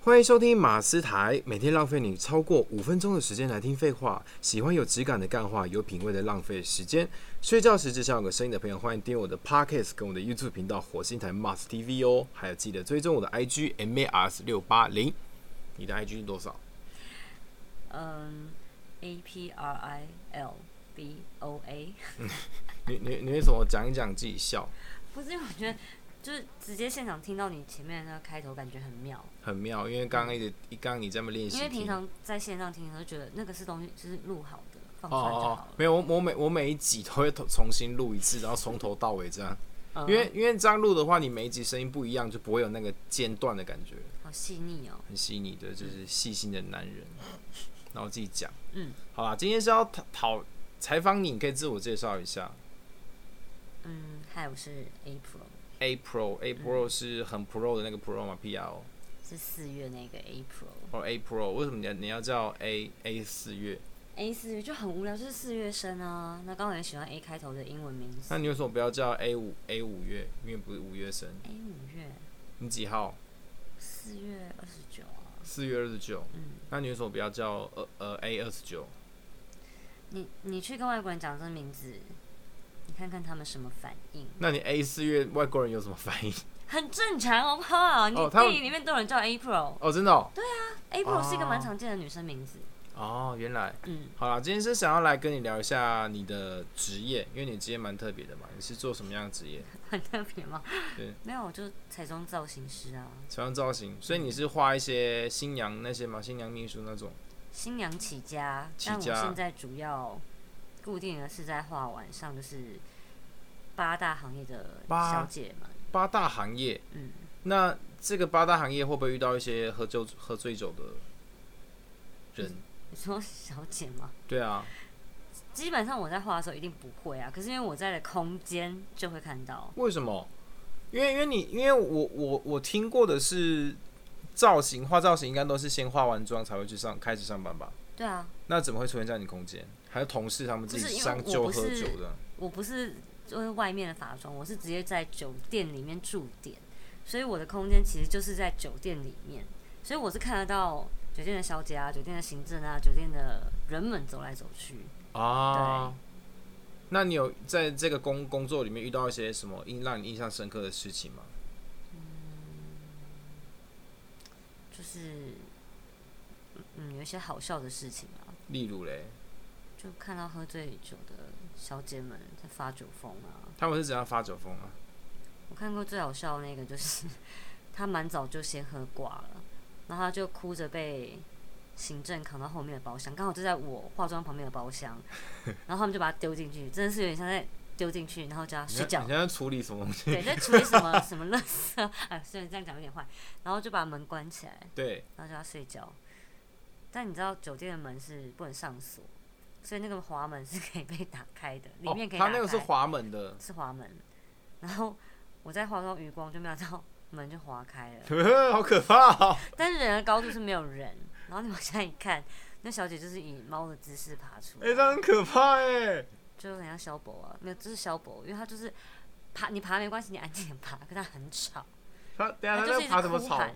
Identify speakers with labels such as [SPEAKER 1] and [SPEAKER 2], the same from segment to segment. [SPEAKER 1] 欢迎收听马斯台，每天浪费你超过五分钟的时间来听废话。喜欢有质感的干话，有品味的浪费时间。睡觉时只想有个声音的朋友，欢迎订阅我的 Podcast 跟我的 YouTube 频道火星台 Mars TV 哦。还有记得追踪我的 IG MARS 六八零，你的 IG 多少？
[SPEAKER 2] 嗯，A P R I L B O A，
[SPEAKER 1] 你你你为什么讲一讲自己笑？
[SPEAKER 2] 不是因为我觉得，就是直接现场听到你前面那个开头，感觉很妙。
[SPEAKER 1] 很妙，因为刚刚一直刚刚你这么练习听，哦
[SPEAKER 2] 因为平常在线上听，都觉得那个是东西，就是录好的，放
[SPEAKER 1] 哦
[SPEAKER 2] 出来就
[SPEAKER 1] 哦
[SPEAKER 2] 好，了。
[SPEAKER 1] 没有，我我每我每一集都会重重新录一次，然后从头到尾这样，
[SPEAKER 2] 嗯
[SPEAKER 1] 因为因为这样录的话，你每一集声音不一样，就不会有那个间断的感觉，
[SPEAKER 2] 好细腻哦。
[SPEAKER 1] 很细腻的，就是细心的男人。然后自己讲，
[SPEAKER 2] 嗯，
[SPEAKER 1] 好啦，今天是要讨讨采访你，你可以自我介绍一下。
[SPEAKER 2] 嗯，嗨，我是 April，
[SPEAKER 1] A Pro A Pro 是很 Pro 的那个 Pro 嘛，P R O
[SPEAKER 2] 是四月那个 April。
[SPEAKER 1] 或 A Pro，为什么你要你要叫 A A 四月？
[SPEAKER 2] A 四月就很无聊，就是四月生啊。那刚好也喜欢 A 开头的英文名字。
[SPEAKER 1] 那你为什么不要叫 A 五 A 五月？因为不是五月生，
[SPEAKER 2] A 五月，
[SPEAKER 1] 你几号？
[SPEAKER 2] 四月二十九啊。
[SPEAKER 1] 四月二十九。
[SPEAKER 2] 嗯，
[SPEAKER 1] 那你为什么不要叫呃呃 A 二十九？
[SPEAKER 2] 你你去跟外国人讲这名字，你看看他们什么反应。
[SPEAKER 1] 那你 A 四月外国人有什么反应？
[SPEAKER 2] 很正常，好不好？你
[SPEAKER 1] 哦他们
[SPEAKER 2] 电影里面都有人叫 April，April、
[SPEAKER 1] 哦，真的哦。
[SPEAKER 2] April 是一个
[SPEAKER 1] 哦
[SPEAKER 2] 蛮常见的女生名字。
[SPEAKER 1] 哦，原来
[SPEAKER 2] 嗯，
[SPEAKER 1] 好啦，今天是想要来跟你聊一下你的职业，因为你职业蛮特别的嘛。你是做什么样的职业？
[SPEAKER 2] 很特别吗？
[SPEAKER 1] 对，
[SPEAKER 2] 没有，我就彩妆造型师啊，
[SPEAKER 1] 彩妆造型，所以你是画一些新娘那些吗？新娘秘书那种？
[SPEAKER 2] 新娘起家。
[SPEAKER 1] 起
[SPEAKER 2] 但我
[SPEAKER 1] 家
[SPEAKER 2] 现在主要固定的是在画晚上，就是八大行业的
[SPEAKER 1] 八
[SPEAKER 2] 小姐们。
[SPEAKER 1] 八大行业，
[SPEAKER 2] 嗯，
[SPEAKER 1] 那这个八大行业会不会遇到一些喝酒喝醉酒的人？
[SPEAKER 2] 你说小姐吗？
[SPEAKER 1] 对啊，
[SPEAKER 2] 基本上我在画的时候一定不会啊，可是因为我在的空间就会看到。
[SPEAKER 1] 为什么？因为因为你因为我我我听过的是造型画造型应该都是先化完妆才会去上开始上班吧？
[SPEAKER 2] 对啊，
[SPEAKER 1] 那怎么会出现在你空间？还有同事他们自
[SPEAKER 2] 不是
[SPEAKER 1] 己
[SPEAKER 2] 因为
[SPEAKER 1] 上
[SPEAKER 2] 我
[SPEAKER 1] 酒
[SPEAKER 2] 不
[SPEAKER 1] 喝
[SPEAKER 2] 是
[SPEAKER 1] 酒的？
[SPEAKER 2] 我不是就是外面的法妆，我是直接在酒店里面驻点，所以我的空间其实就是在酒店里面，所以我是看得到酒店的小姐啊、酒店的行政啊、酒店的人们走来走去。
[SPEAKER 1] 啊。那你有在这个工工作里面遇到一些什么印让你印象深刻的事情吗？
[SPEAKER 2] 就是，嗯，有一些好笑的事情啊，
[SPEAKER 1] 例如嘞，
[SPEAKER 2] 就看到喝醉酒的小姐们在发酒疯啊。
[SPEAKER 1] 他们是怎样发酒疯啊？
[SPEAKER 2] 我看过最好笑的那个就是 他蛮早就先喝挂了，然后他就哭着被行政扛到后面的包厢，刚好就在我化妆旁边的包厢， 然后他们就把他丢进去，真的是有点像在丢进去，然后叫他
[SPEAKER 1] 你现
[SPEAKER 2] 睡觉
[SPEAKER 1] 你，现在处理什么东西？
[SPEAKER 2] 对，在处理什么什么垃圾， 哎，虽然这样讲有点坏，然后就把门关起来，
[SPEAKER 1] 对，
[SPEAKER 2] 然后叫他睡觉。但你知道酒店的门是不能上锁，所以那个滑门是可以被打开的，里面可以打
[SPEAKER 1] 哦、
[SPEAKER 2] 开。
[SPEAKER 1] 他那个是滑门 的，
[SPEAKER 2] 是滑门，然后我在化妆余光就没有到门就滑开了，
[SPEAKER 1] 好可怕、哦！
[SPEAKER 2] 但是人的高度是没有人，然后你往下一看，那小姐就是以猫的姿势爬出
[SPEAKER 1] 哎、这样
[SPEAKER 2] 来，
[SPEAKER 1] 很可怕哎、
[SPEAKER 2] 就很像萧伯啊，没有，就是萧伯，因为他就是爬，你爬没关系，你安静点爬，可他很吵，
[SPEAKER 1] 他等下他
[SPEAKER 2] 他就
[SPEAKER 1] 在
[SPEAKER 2] 是一
[SPEAKER 1] 爬
[SPEAKER 2] 直
[SPEAKER 1] 什么
[SPEAKER 2] 哭
[SPEAKER 1] 草？
[SPEAKER 2] 喊，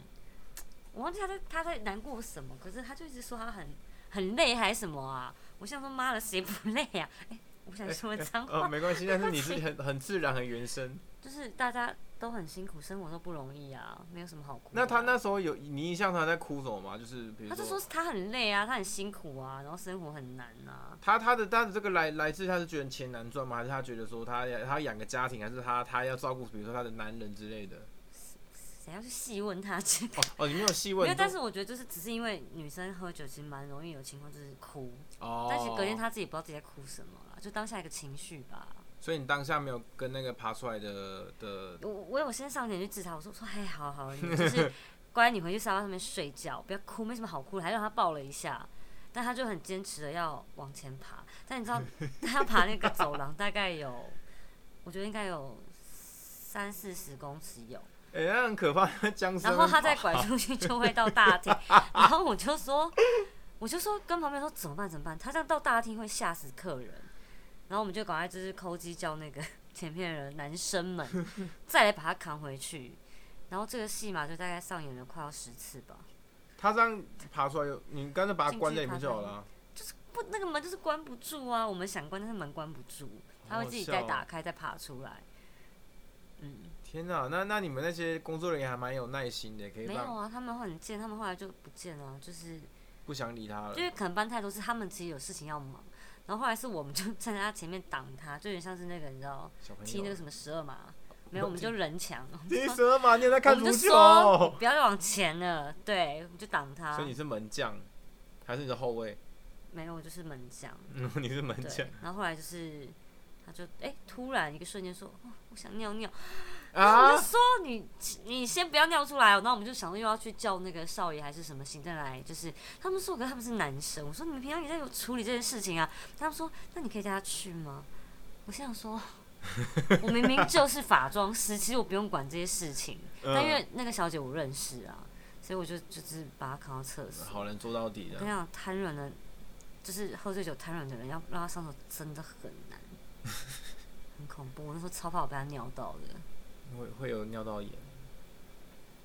[SPEAKER 2] 我忘记他在他在难过什么，可是他就一直说他很很累还是什么啊，我想说妈的谁不累啊，哎、我想说脏话，
[SPEAKER 1] 呃，没关系，但是你 是很很自然、很原 生。
[SPEAKER 2] 就是大家都很辛苦，生活都不容易啊，没有什么好哭的啊。
[SPEAKER 1] 那他那时候有你印象他在哭什么吗？就是比如
[SPEAKER 2] 他就说他很累啊，他很辛苦啊，然后生活很难啊。
[SPEAKER 1] 他他的他的这个来来自他是觉得钱难赚吗？还是他觉得说他他养个家庭，还是他他要照顾比如说他的男人之类的？
[SPEAKER 2] 谁要去细问他这 个？
[SPEAKER 1] 哦哦，你没有细
[SPEAKER 2] 没
[SPEAKER 1] 问
[SPEAKER 2] 有，
[SPEAKER 1] 你
[SPEAKER 2] 但
[SPEAKER 1] 都，
[SPEAKER 2] 是我觉得就是只是因为女生喝酒其实蛮容易有情况就是哭，
[SPEAKER 1] 哦，
[SPEAKER 2] 但是隔天，他自己不知道自己在哭什么啦，就当下一个情绪吧。
[SPEAKER 1] 所以你当下没有跟那个爬出来的的，
[SPEAKER 2] 我我有先上前去制裁，我说我说嘿，好好，你就是 乖，你回去沙发上面睡觉，不要哭，没什么好哭的，还让他抱了一下。但他就很坚持的要往前爬，但 你知道他爬那个走廊大概有，我觉得应该有三四十公尺有。
[SPEAKER 1] 哎、那很可怕，那僵尸。
[SPEAKER 2] 然后他再拐出去就会到 大厅，然后我就说，我就说跟旁边说怎么办怎么办，他这样到大厅会吓死客人，然后我们就赶快就是抠机叫那个 前面的男生们 再来把他扛回去，然后这个戏码就大概上演了快要十次吧，
[SPEAKER 1] 他这样爬出来，你干脆把它
[SPEAKER 2] 进
[SPEAKER 1] 关
[SPEAKER 2] 去
[SPEAKER 1] 在里面
[SPEAKER 2] 爬
[SPEAKER 1] 就
[SPEAKER 2] 出
[SPEAKER 1] 好
[SPEAKER 2] 来
[SPEAKER 1] 了啊。
[SPEAKER 2] 不，那个门就是关不住啊。我们想关，但是门关不住，它
[SPEAKER 1] 好
[SPEAKER 2] 会
[SPEAKER 1] 好
[SPEAKER 2] 自己
[SPEAKER 1] 笑
[SPEAKER 2] 再
[SPEAKER 1] 哦
[SPEAKER 2] 打开，再爬出来。嗯，
[SPEAKER 1] 天哪，那那你们那些工作人员还蛮有耐心的，可以
[SPEAKER 2] 没有
[SPEAKER 1] 让
[SPEAKER 2] 啊，他们会很贱，他们后来就不见了，啊就是
[SPEAKER 1] 不想理他了
[SPEAKER 2] 因。为可能搬太多次，他们其实有事情要忙，然后后来是我们就站在他前面挡他，就有点像是那个你知道
[SPEAKER 1] 小朋
[SPEAKER 2] 踢那个
[SPEAKER 1] 友，
[SPEAKER 2] 什么十二码，没有，我们就人墙，
[SPEAKER 1] 踢蛇嘛，你有在
[SPEAKER 2] 我
[SPEAKER 1] 看
[SPEAKER 2] 们
[SPEAKER 1] 足
[SPEAKER 2] 就
[SPEAKER 1] 球
[SPEAKER 2] 说啊你
[SPEAKER 1] 哦？
[SPEAKER 2] 不要再往前了，对，我们就挡他
[SPEAKER 1] 所以，你是门将，还是你的后卫？
[SPEAKER 2] 没有，我就是门将，
[SPEAKER 1] 嗯，你是门将
[SPEAKER 2] 对，然后后来就是。他就哎、突然一个瞬间说：“哦，我想尿尿。”然后我
[SPEAKER 1] 啊
[SPEAKER 2] 就？说你你先不要尿出来、哦，然后我们就想说又要去叫那个少爷还是什么行政来，就是他们说，可是他们是男生，我说你们平常也在有处理这件事情啊，他们说那你可以带他去吗？我心想说，我明明就是法妆师，其实我不用管这些事情，但因
[SPEAKER 1] 嗯
[SPEAKER 2] 为那个小姐我认识啊，所以我就就是把她扛到厕所。
[SPEAKER 1] 好人做到底
[SPEAKER 2] 我
[SPEAKER 1] 的
[SPEAKER 2] 跟你。讲，瘫软的，就是喝醉酒瘫软的人，要让他上手真的很难，很恐怖。我那时候超怕我被他尿到的。
[SPEAKER 1] 会会有尿道炎，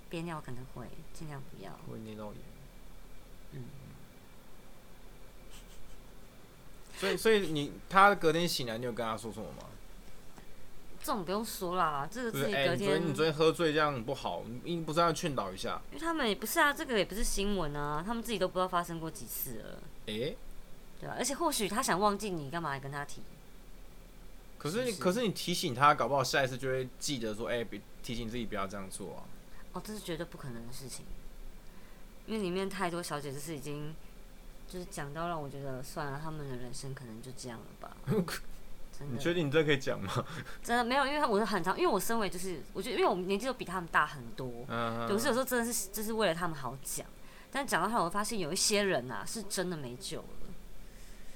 [SPEAKER 2] 憋尿可能会，尽量不要。
[SPEAKER 1] 会尿道炎。
[SPEAKER 2] 嗯，
[SPEAKER 1] 所以所以你他隔天醒来，你有跟他说什么吗？
[SPEAKER 2] 这种不用说啦，这个
[SPEAKER 1] 不
[SPEAKER 2] 自
[SPEAKER 1] 是，
[SPEAKER 2] 己
[SPEAKER 1] 哎、
[SPEAKER 2] 隔
[SPEAKER 1] 你昨
[SPEAKER 2] 天，
[SPEAKER 1] 天你昨天喝醉这样很不好，你不是要劝导一下？
[SPEAKER 2] 因为他们也不是啊，这个也不是新闻啊，他们自己都不知道发生过几次了，
[SPEAKER 1] 哎、
[SPEAKER 2] 对啊吧、而且或许他想忘记你，干嘛还跟他提？
[SPEAKER 1] 可是
[SPEAKER 2] 是
[SPEAKER 1] 你
[SPEAKER 2] 不是
[SPEAKER 1] 可是你提醒他，搞不好下一次就会记得说，哎、别提醒自己不要这样做啊。
[SPEAKER 2] 哦，这是绝对不可能的事情，因为里面太多小姐就是已经，就是讲到让我觉得算了，他们的人生可能就这样了 吧。真
[SPEAKER 1] 你
[SPEAKER 2] 的，
[SPEAKER 1] 确定你这可以讲吗？
[SPEAKER 2] 真的没有，因为我很常，因为我身为就是，我觉得因为我们年纪都比他们大很多，
[SPEAKER 1] 嗯，
[SPEAKER 2] 有时有时候真的是就是为了他们好讲，但讲到后来我发现有一些人啊是真的没救了，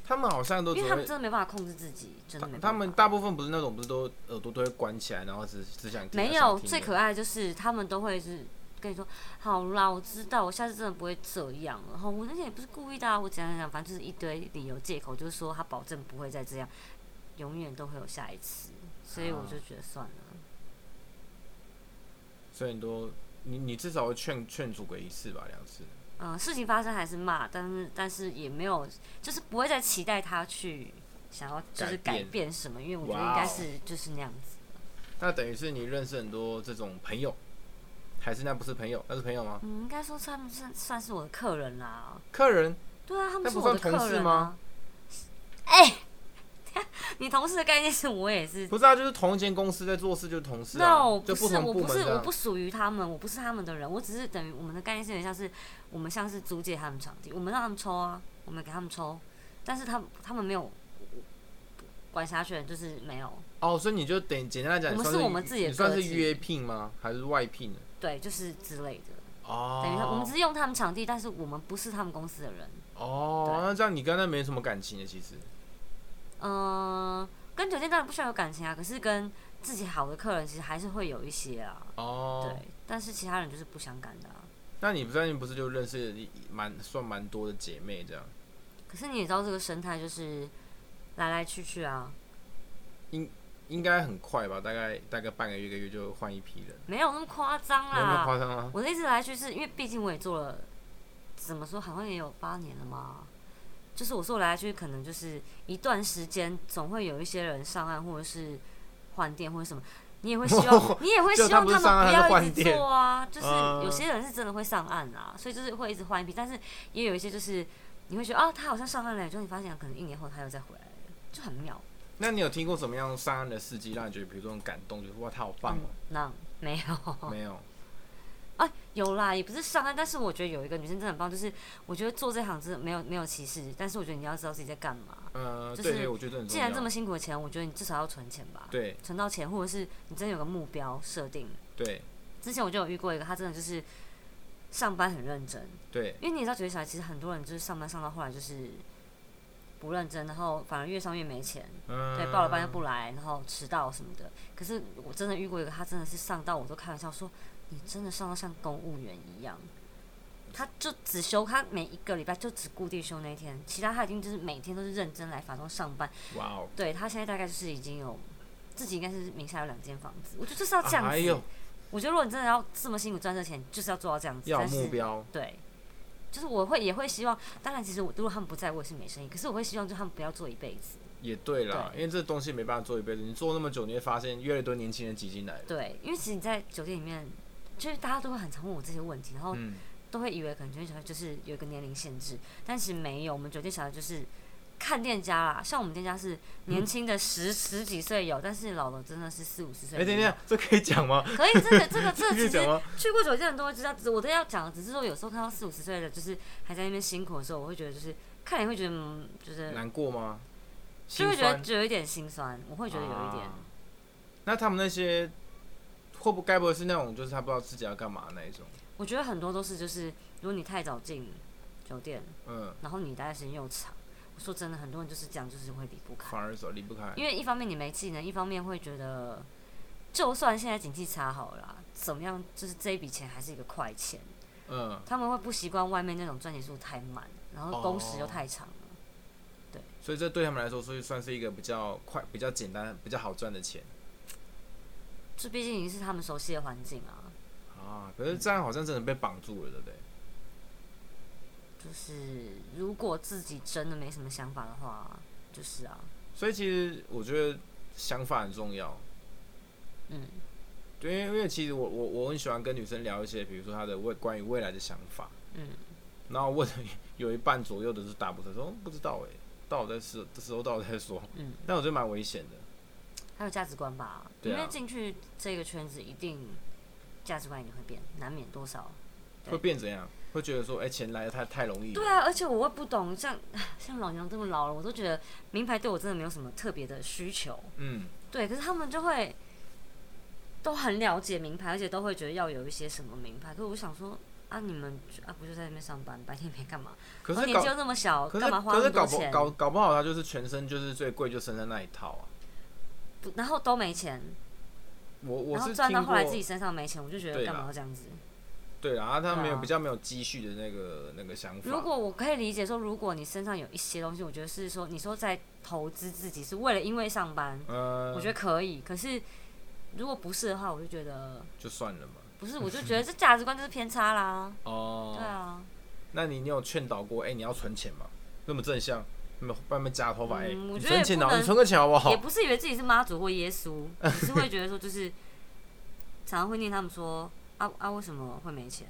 [SPEAKER 1] 他们好像都只
[SPEAKER 2] 因为他
[SPEAKER 1] 会
[SPEAKER 2] 们真的没办法控制自己，真的没
[SPEAKER 1] 他
[SPEAKER 2] 办法。
[SPEAKER 1] 他们大部分不是那种不是都耳朵都会关起来，然后只只想听他
[SPEAKER 2] 没
[SPEAKER 1] 想
[SPEAKER 2] 有
[SPEAKER 1] 听
[SPEAKER 2] 最
[SPEAKER 1] 的
[SPEAKER 2] 可爱的就是他们都会是跟你说好啦，我知道，我下次真的不会这样了。然哦后我那天也不是故意的、啊，我怎样怎样，反正就是一堆理由借口，就是说他保证不会再这样，永远都会有下一次，所
[SPEAKER 1] 啊
[SPEAKER 2] 以我就觉得算了。
[SPEAKER 1] 所以你都你你至少会劝劝阻个一次吧，两次。
[SPEAKER 2] 嗯，事情发生还是骂，但是但是也没有，就是不会再期待他去想要就是
[SPEAKER 1] 改
[SPEAKER 2] 改
[SPEAKER 1] 变
[SPEAKER 2] 变什么，因为我觉得
[SPEAKER 1] 哇
[SPEAKER 2] 应该
[SPEAKER 1] 哦
[SPEAKER 2] 是就是那样子。
[SPEAKER 1] 那等于是你认识很多这种朋友，还是那不是朋友？那是朋友吗？
[SPEAKER 2] 嗯，应该说他们算算是我的客人啦。
[SPEAKER 1] 客人
[SPEAKER 2] 对啊，他
[SPEAKER 1] 那
[SPEAKER 2] 们是
[SPEAKER 1] 不
[SPEAKER 2] 我的
[SPEAKER 1] 算同
[SPEAKER 2] 客
[SPEAKER 1] 事
[SPEAKER 2] 人啊
[SPEAKER 1] 吗。
[SPEAKER 2] 哎、 你同事的概念是我也是。
[SPEAKER 1] 不是啊，就是同一间公司在做事，就是同事啊
[SPEAKER 2] no，
[SPEAKER 1] 就
[SPEAKER 2] 不是，
[SPEAKER 1] 同
[SPEAKER 2] 我
[SPEAKER 1] 部
[SPEAKER 2] 不
[SPEAKER 1] 门
[SPEAKER 2] 是，
[SPEAKER 1] 这
[SPEAKER 2] 我
[SPEAKER 1] 样
[SPEAKER 2] 不。属于他们，我不是他们的人，我只是等于我们的概念是有点像是我们像是租借他们场地，我们让他们抽啊，我们给他们抽，但是他们他们没有管辖权，就是没有，
[SPEAKER 1] 哦，所以你就等简单来讲，
[SPEAKER 2] 我
[SPEAKER 1] 你
[SPEAKER 2] 们
[SPEAKER 1] 算
[SPEAKER 2] 是我们自己的
[SPEAKER 1] 你算
[SPEAKER 2] 个
[SPEAKER 1] 是
[SPEAKER 2] 体
[SPEAKER 1] 约聘吗？还是外聘的？
[SPEAKER 2] 对，就是之类的，
[SPEAKER 1] 哦，
[SPEAKER 2] 等于他我们只是用他们场地，但是我们不是他们公司的人。
[SPEAKER 1] 哦，
[SPEAKER 2] 对
[SPEAKER 1] 那这样你跟他没什么感情的，其实。
[SPEAKER 2] 嗯、跟酒店当然不需要有感情啊，可是跟自己好的客人其实还是会有一些啊。
[SPEAKER 1] 哦，
[SPEAKER 2] 对，但是其他人就是不相干的啊。
[SPEAKER 1] 那你最近不是就认识一蛮算蛮多的姐妹这样？
[SPEAKER 2] 可是你也知道这个生态就是来来去去啊，
[SPEAKER 1] 应该很快吧，大概大概半个月一个月就换一批人，
[SPEAKER 2] 没有那么夸张
[SPEAKER 1] 有没有
[SPEAKER 2] 啦。
[SPEAKER 1] 夸张啊？
[SPEAKER 2] 我的意思来去是因为毕竟我也做了，怎么说好像也有八年了嘛。就是我说来来去去，可能就是一段时间，总会有一些人上岸或者是换店或者什么，你也会希 望你也会希望
[SPEAKER 1] 就他不是
[SPEAKER 2] 他
[SPEAKER 1] 上岸
[SPEAKER 2] 们不
[SPEAKER 1] 他
[SPEAKER 2] 要
[SPEAKER 1] 是
[SPEAKER 2] 一
[SPEAKER 1] 换
[SPEAKER 2] 直
[SPEAKER 1] 店
[SPEAKER 2] 做啊。就是
[SPEAKER 1] 嗯
[SPEAKER 2] 有些人是真的会上岸啊，所以就是会一直换一批，但是也有一些就是你会觉得啊，他好像上岸了，就你发现可能一年后他又再回来了，就很妙。
[SPEAKER 1] 那你有听过什么样上岸的事迹，让你觉得比如说很感动，就是哇，他好棒哦、
[SPEAKER 2] 那没有。
[SPEAKER 1] 没有，
[SPEAKER 2] 啊，有啦，也不是上岸，但是我觉得有一个女生真的很棒，就是我觉得做这行真的没有没有歧视，但是我觉得你要知道自己在干嘛。
[SPEAKER 1] 呃，
[SPEAKER 2] 就
[SPEAKER 1] 对
[SPEAKER 2] 是
[SPEAKER 1] 对，我觉得很重要。
[SPEAKER 2] 既然这么辛苦的钱，我觉得你至少要存钱吧，
[SPEAKER 1] 对
[SPEAKER 2] 存到钱，或者是你真的有个目标设定。
[SPEAKER 1] 对
[SPEAKER 2] 之前我就有遇过一个，她真的就是上班很认真，
[SPEAKER 1] 对，
[SPEAKER 2] 因为你也知道，九月小孩其实很多人就是上班上到后来就是不认真，然后反而越上越没钱，
[SPEAKER 1] 嗯，
[SPEAKER 2] 对，报了班又不来，然后迟到什么的。可是我真的遇过一个，他真的是上到我都开玩笑说，你真的上到像公务员一样。他就只休，他每一个礼拜就只固定休那一天，其他他已经就是每天都是认真来法中上班。
[SPEAKER 1] 哇哦，
[SPEAKER 2] 对他现在大概就是已经有自己应该是名下有两间房子，我觉得就是要这样子。
[SPEAKER 1] 哎呦，
[SPEAKER 2] 我觉得如果你真的要这么辛苦赚这钱，就是要做到这样子。
[SPEAKER 1] 要有
[SPEAKER 2] 但是
[SPEAKER 1] 目标，
[SPEAKER 2] 对，就是我会也会希望，当然其实我如果他们不在，我也是没生意，可是我会希望就他们不要做一辈子。
[SPEAKER 1] 也对啦，因为这东西没办法做一辈子，你做那么久，你会发现越来越多年轻人挤进来了。
[SPEAKER 2] 对，因为其实你在酒店里面，就是大家都会很常问我这些问题，然后
[SPEAKER 1] 嗯，
[SPEAKER 2] 都会以为可能酒店小姐就是有一个年龄限制，但其实没有。我们酒店小姐就是看店家啦，像我们店家
[SPEAKER 1] 嗯
[SPEAKER 2] 是年轻的十、十几岁有，但是老的真的是四五十岁。
[SPEAKER 1] 哎、等一，下，这可以讲吗？
[SPEAKER 2] 可以，这个 这个这
[SPEAKER 1] 这
[SPEAKER 2] 个
[SPEAKER 1] 可以
[SPEAKER 2] 其
[SPEAKER 1] 讲
[SPEAKER 2] 实
[SPEAKER 1] 吗？
[SPEAKER 2] 去过酒店的人都会知道，只是我都要讲，只是说有时候看到四五十岁的，就是还在那边辛苦的时候，我会觉得就是看你会觉得嗯，就是
[SPEAKER 1] 难过吗？
[SPEAKER 2] 就
[SPEAKER 1] 心
[SPEAKER 2] 会觉得
[SPEAKER 1] 酸
[SPEAKER 2] 就有一点心酸，我会觉得有一点。
[SPEAKER 1] 啊那他们那些会不该不会是那种就是他不知道自己要干嘛那一种？
[SPEAKER 2] 我觉得很多都是就是，如果你太早进酒店，
[SPEAKER 1] 嗯，
[SPEAKER 2] 然后你待的时间又长，我说真的，很多人就是这样，就是会离不开。
[SPEAKER 1] 反而走离不开。
[SPEAKER 2] 因为一方面你没技能，一方面会觉得，就算现在经济差好了啦，怎么样，就是这一笔钱还是一个快钱。
[SPEAKER 1] 嗯，
[SPEAKER 2] 他们会不习惯外面那种赚钱速度太慢，然后工时又
[SPEAKER 1] 哦
[SPEAKER 2] 太长了。
[SPEAKER 1] 所以这对他们来说，所以算是一个比较快、比较简单、比较好赚的钱
[SPEAKER 2] 这毕竟已经是他们熟悉的环境啊，
[SPEAKER 1] 啊。可是这样好像真的被绑住了，对不对？
[SPEAKER 2] 就是如果自己真的没什么想法的话，就是啊，
[SPEAKER 1] 所以其实我觉得想法很重要。
[SPEAKER 2] 嗯，
[SPEAKER 1] 对，因为因为其实我我我很喜欢跟女生聊一些，比如说她的未关于未来的想法，
[SPEAKER 2] 嗯，
[SPEAKER 1] 然后问 有一半左右的是答不出来，说、哦不知道哎、到我再时这时候到我再说，
[SPEAKER 2] 嗯，
[SPEAKER 1] 但我觉得蛮危险的。
[SPEAKER 2] 还有价值观吧，
[SPEAKER 1] 对啊
[SPEAKER 2] 因为进去这个圈子一定价值观一定会变，难免多少。对
[SPEAKER 1] 会变怎样？会觉得说，哎、钱来的太太容易了。
[SPEAKER 2] 对啊，而且我会不懂，像像老娘这么老了，我都觉得名牌对我真的没有什么特别的需求。
[SPEAKER 1] 嗯，
[SPEAKER 2] 对，可是他们就会都很了解名牌，而且都会觉得要有一些什么名牌。可是我想说啊，你们就啊不就在那边上班，白天没干嘛？
[SPEAKER 1] 可
[SPEAKER 2] 然后
[SPEAKER 1] 是
[SPEAKER 2] 哦年纪又
[SPEAKER 1] 搞，
[SPEAKER 2] 那么小，
[SPEAKER 1] 可是
[SPEAKER 2] 干嘛花
[SPEAKER 1] 可
[SPEAKER 2] 那么
[SPEAKER 1] 是搞
[SPEAKER 2] 多
[SPEAKER 1] 不
[SPEAKER 2] 钱？
[SPEAKER 1] 搞搞不好他就是全身就是最贵就身上那一套啊。
[SPEAKER 2] 不然后都没钱，
[SPEAKER 1] 我我
[SPEAKER 2] 然后
[SPEAKER 1] 是
[SPEAKER 2] 赚
[SPEAKER 1] 听
[SPEAKER 2] 到后来
[SPEAKER 1] 过
[SPEAKER 2] 自己，身上没钱，我就觉
[SPEAKER 1] 对
[SPEAKER 2] 得干
[SPEAKER 1] 啦
[SPEAKER 2] 嘛要这样子？
[SPEAKER 1] 对啦，啊他没有、
[SPEAKER 2] 对啊
[SPEAKER 1] 比较没有积蓄的那个那个想法。
[SPEAKER 2] 如果我可以理解说，如果你身上有一些东西，我觉得是说你说在投资自己是为了因为上班，
[SPEAKER 1] 呃，
[SPEAKER 2] 我觉得可以。可是如果不是的话，我就觉得
[SPEAKER 1] 就算了嘛。
[SPEAKER 2] 不是，我就觉得这价值观就是偏差啦。
[SPEAKER 1] 哦
[SPEAKER 2] 对啊，
[SPEAKER 1] 那你你有劝导过？哎、你要存钱嘛？那么正向，那么外面夹头发，哎、
[SPEAKER 2] 嗯我
[SPEAKER 1] 你
[SPEAKER 2] 觉得
[SPEAKER 1] 存
[SPEAKER 2] 也
[SPEAKER 1] 钱
[SPEAKER 2] 不
[SPEAKER 1] 啊，
[SPEAKER 2] 能
[SPEAKER 1] 你存个钱好不
[SPEAKER 2] 也
[SPEAKER 1] 好？
[SPEAKER 2] 不是以为自己是妈祖或耶稣，只是会觉得 说，就是常常会念他们说啊啊，为什么会没钱？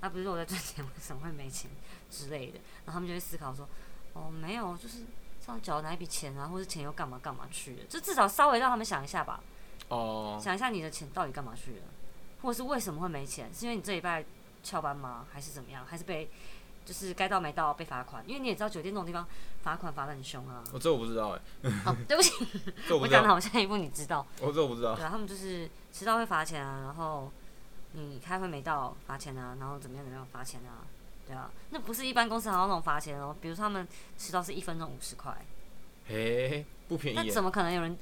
[SPEAKER 2] 啊，不是说我在赚钱，为 什么会没钱之类的？然后他们就会思考说，哦，没有，就是上缴哪一笔钱啊，或者钱又干嘛干嘛去了，就至少稍微让他们想一下吧，
[SPEAKER 1] 哦，
[SPEAKER 2] 想一下你的钱到底干嘛去了，或者是为什么会没钱？是因为你这礼拜翘班吗？还是怎么样？还是被就是该到没到被罚款？因为你也知道酒店这种地方罚款罚的很凶啊。
[SPEAKER 1] 我这我不知道、哎，
[SPEAKER 2] 哦，对不起，
[SPEAKER 1] 这我不
[SPEAKER 2] 我
[SPEAKER 1] 知
[SPEAKER 2] 讲的
[SPEAKER 1] 道，
[SPEAKER 2] 好像一副你知道。
[SPEAKER 1] 我这我不知道
[SPEAKER 2] 对。啊，他们就是迟到会罚钱啊，然后你开会没到罚钱啊，然后怎么样怎么样罚钱啊，对啊，那不是一般公司好像那种罚钱哦，比如他们迟到是一分钟五十块，
[SPEAKER 1] 嘿、不便
[SPEAKER 2] 那
[SPEAKER 1] 宜、
[SPEAKER 2] 怎
[SPEAKER 1] 哎
[SPEAKER 2] 么可能有人？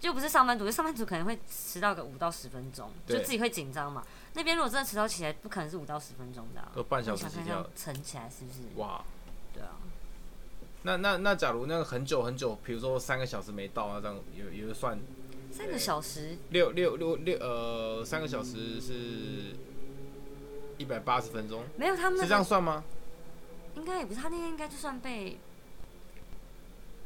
[SPEAKER 2] 就不是上班族，上班族可能会迟到个五到十分钟，就
[SPEAKER 1] 对
[SPEAKER 2] 自己会紧张嘛。那边如果真的迟到起来，不可能是五到十分钟的、啊，
[SPEAKER 1] 都半小时
[SPEAKER 2] 你
[SPEAKER 1] 起
[SPEAKER 2] 想
[SPEAKER 1] 跳
[SPEAKER 2] 看，撑起来是不是？
[SPEAKER 1] 哇！
[SPEAKER 2] 对啊，
[SPEAKER 1] 那那那，假如那个很久很久，比如说三个小时没到啊，这样有有算
[SPEAKER 2] 三个小时
[SPEAKER 1] 六六六六呃，三个小时是一百八十分钟，
[SPEAKER 2] 没有他们
[SPEAKER 1] 是
[SPEAKER 2] 那
[SPEAKER 1] 这样
[SPEAKER 2] 个
[SPEAKER 1] 算吗？
[SPEAKER 2] 应该也不是，他那天应该就算被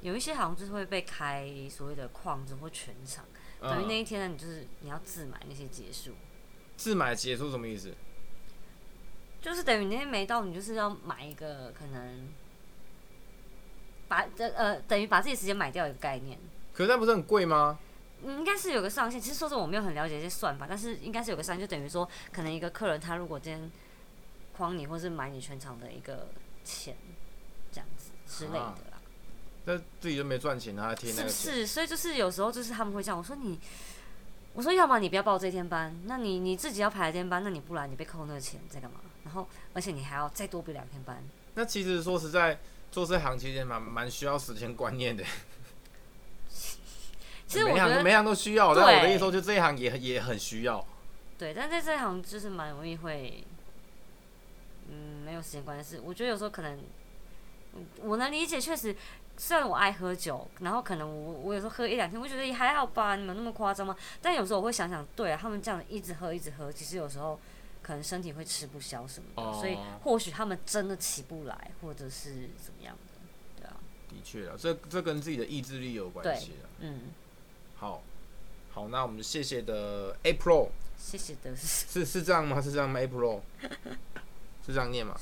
[SPEAKER 2] 有一些好像就是会被开所谓的旷职或全场，等于那
[SPEAKER 1] 嗯、
[SPEAKER 2] 一天呢，你就是你要自买那些结束，
[SPEAKER 1] 自买结束什么意思？
[SPEAKER 2] 就是等于你那天没到，你就是要买一个可能把呃呃等于把自己时间买掉一个概念。
[SPEAKER 1] 可是那不是很贵吗？
[SPEAKER 2] 嗯应该是有个上限，其实说真的，我没有很了解这些算法，但是应该是有个上限，就等于说，可能一个客人他如果今天诓你，或是买你全场的一个钱，这样子之类的
[SPEAKER 1] 啊
[SPEAKER 2] 啦。
[SPEAKER 1] 那自己就没赚钱，他还贴
[SPEAKER 2] 是
[SPEAKER 1] 那
[SPEAKER 2] 不
[SPEAKER 1] 个钱，
[SPEAKER 2] 是？所以就是有时候就是他们会这样，我说你，我说要么你不要报这天班，那你你自己要排这天班，那你不来你被扣那个钱在干嘛？然后而且你还要再多补两天班，
[SPEAKER 1] 那其实说实在，做这行其实也蛮蛮需要时间观念的。
[SPEAKER 2] 其实
[SPEAKER 1] 每
[SPEAKER 2] 我觉
[SPEAKER 1] 行
[SPEAKER 2] 得
[SPEAKER 1] 每行都需要，但我的
[SPEAKER 2] 对
[SPEAKER 1] 意思说，就这一行也也很需要。
[SPEAKER 2] 对，但在这行就是蛮容易会，嗯，没有时间观念是，我觉得有时候可能，嗯我能理解，确实。虽然我爱喝酒，然后可能我我有时候喝一两天，我觉得也还好吧，你们那么夸张吗？但有时候我会想想，对啊，他们这样一直喝一直喝，其实有时候可能身体会吃不消什么的，
[SPEAKER 1] 哦
[SPEAKER 2] 所以或许他们真的起不来，或者是怎么样的，对啊，
[SPEAKER 1] 的确啊，这这跟自己的意志力有关系啊。
[SPEAKER 2] 嗯，
[SPEAKER 1] 好，好，那我们谢谢的 April
[SPEAKER 2] 谢谢的，
[SPEAKER 1] 是是这样吗？是这样吗？April 是这样念吗？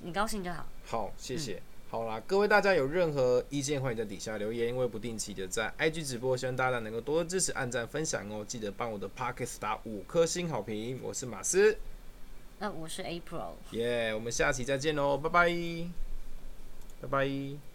[SPEAKER 2] 你高兴就好，
[SPEAKER 1] 好，谢谢。好啦，各位大家有任何意见，欢迎在底下留言，因为不定期的在 IG 直播，希望大家能够多多支持、按赞、分享哦。记得帮我的 Pockets 打五颗星好评。我是马斯，
[SPEAKER 2] 那我是 April。
[SPEAKER 1] 耶、我们下期再见喽，拜拜，拜拜。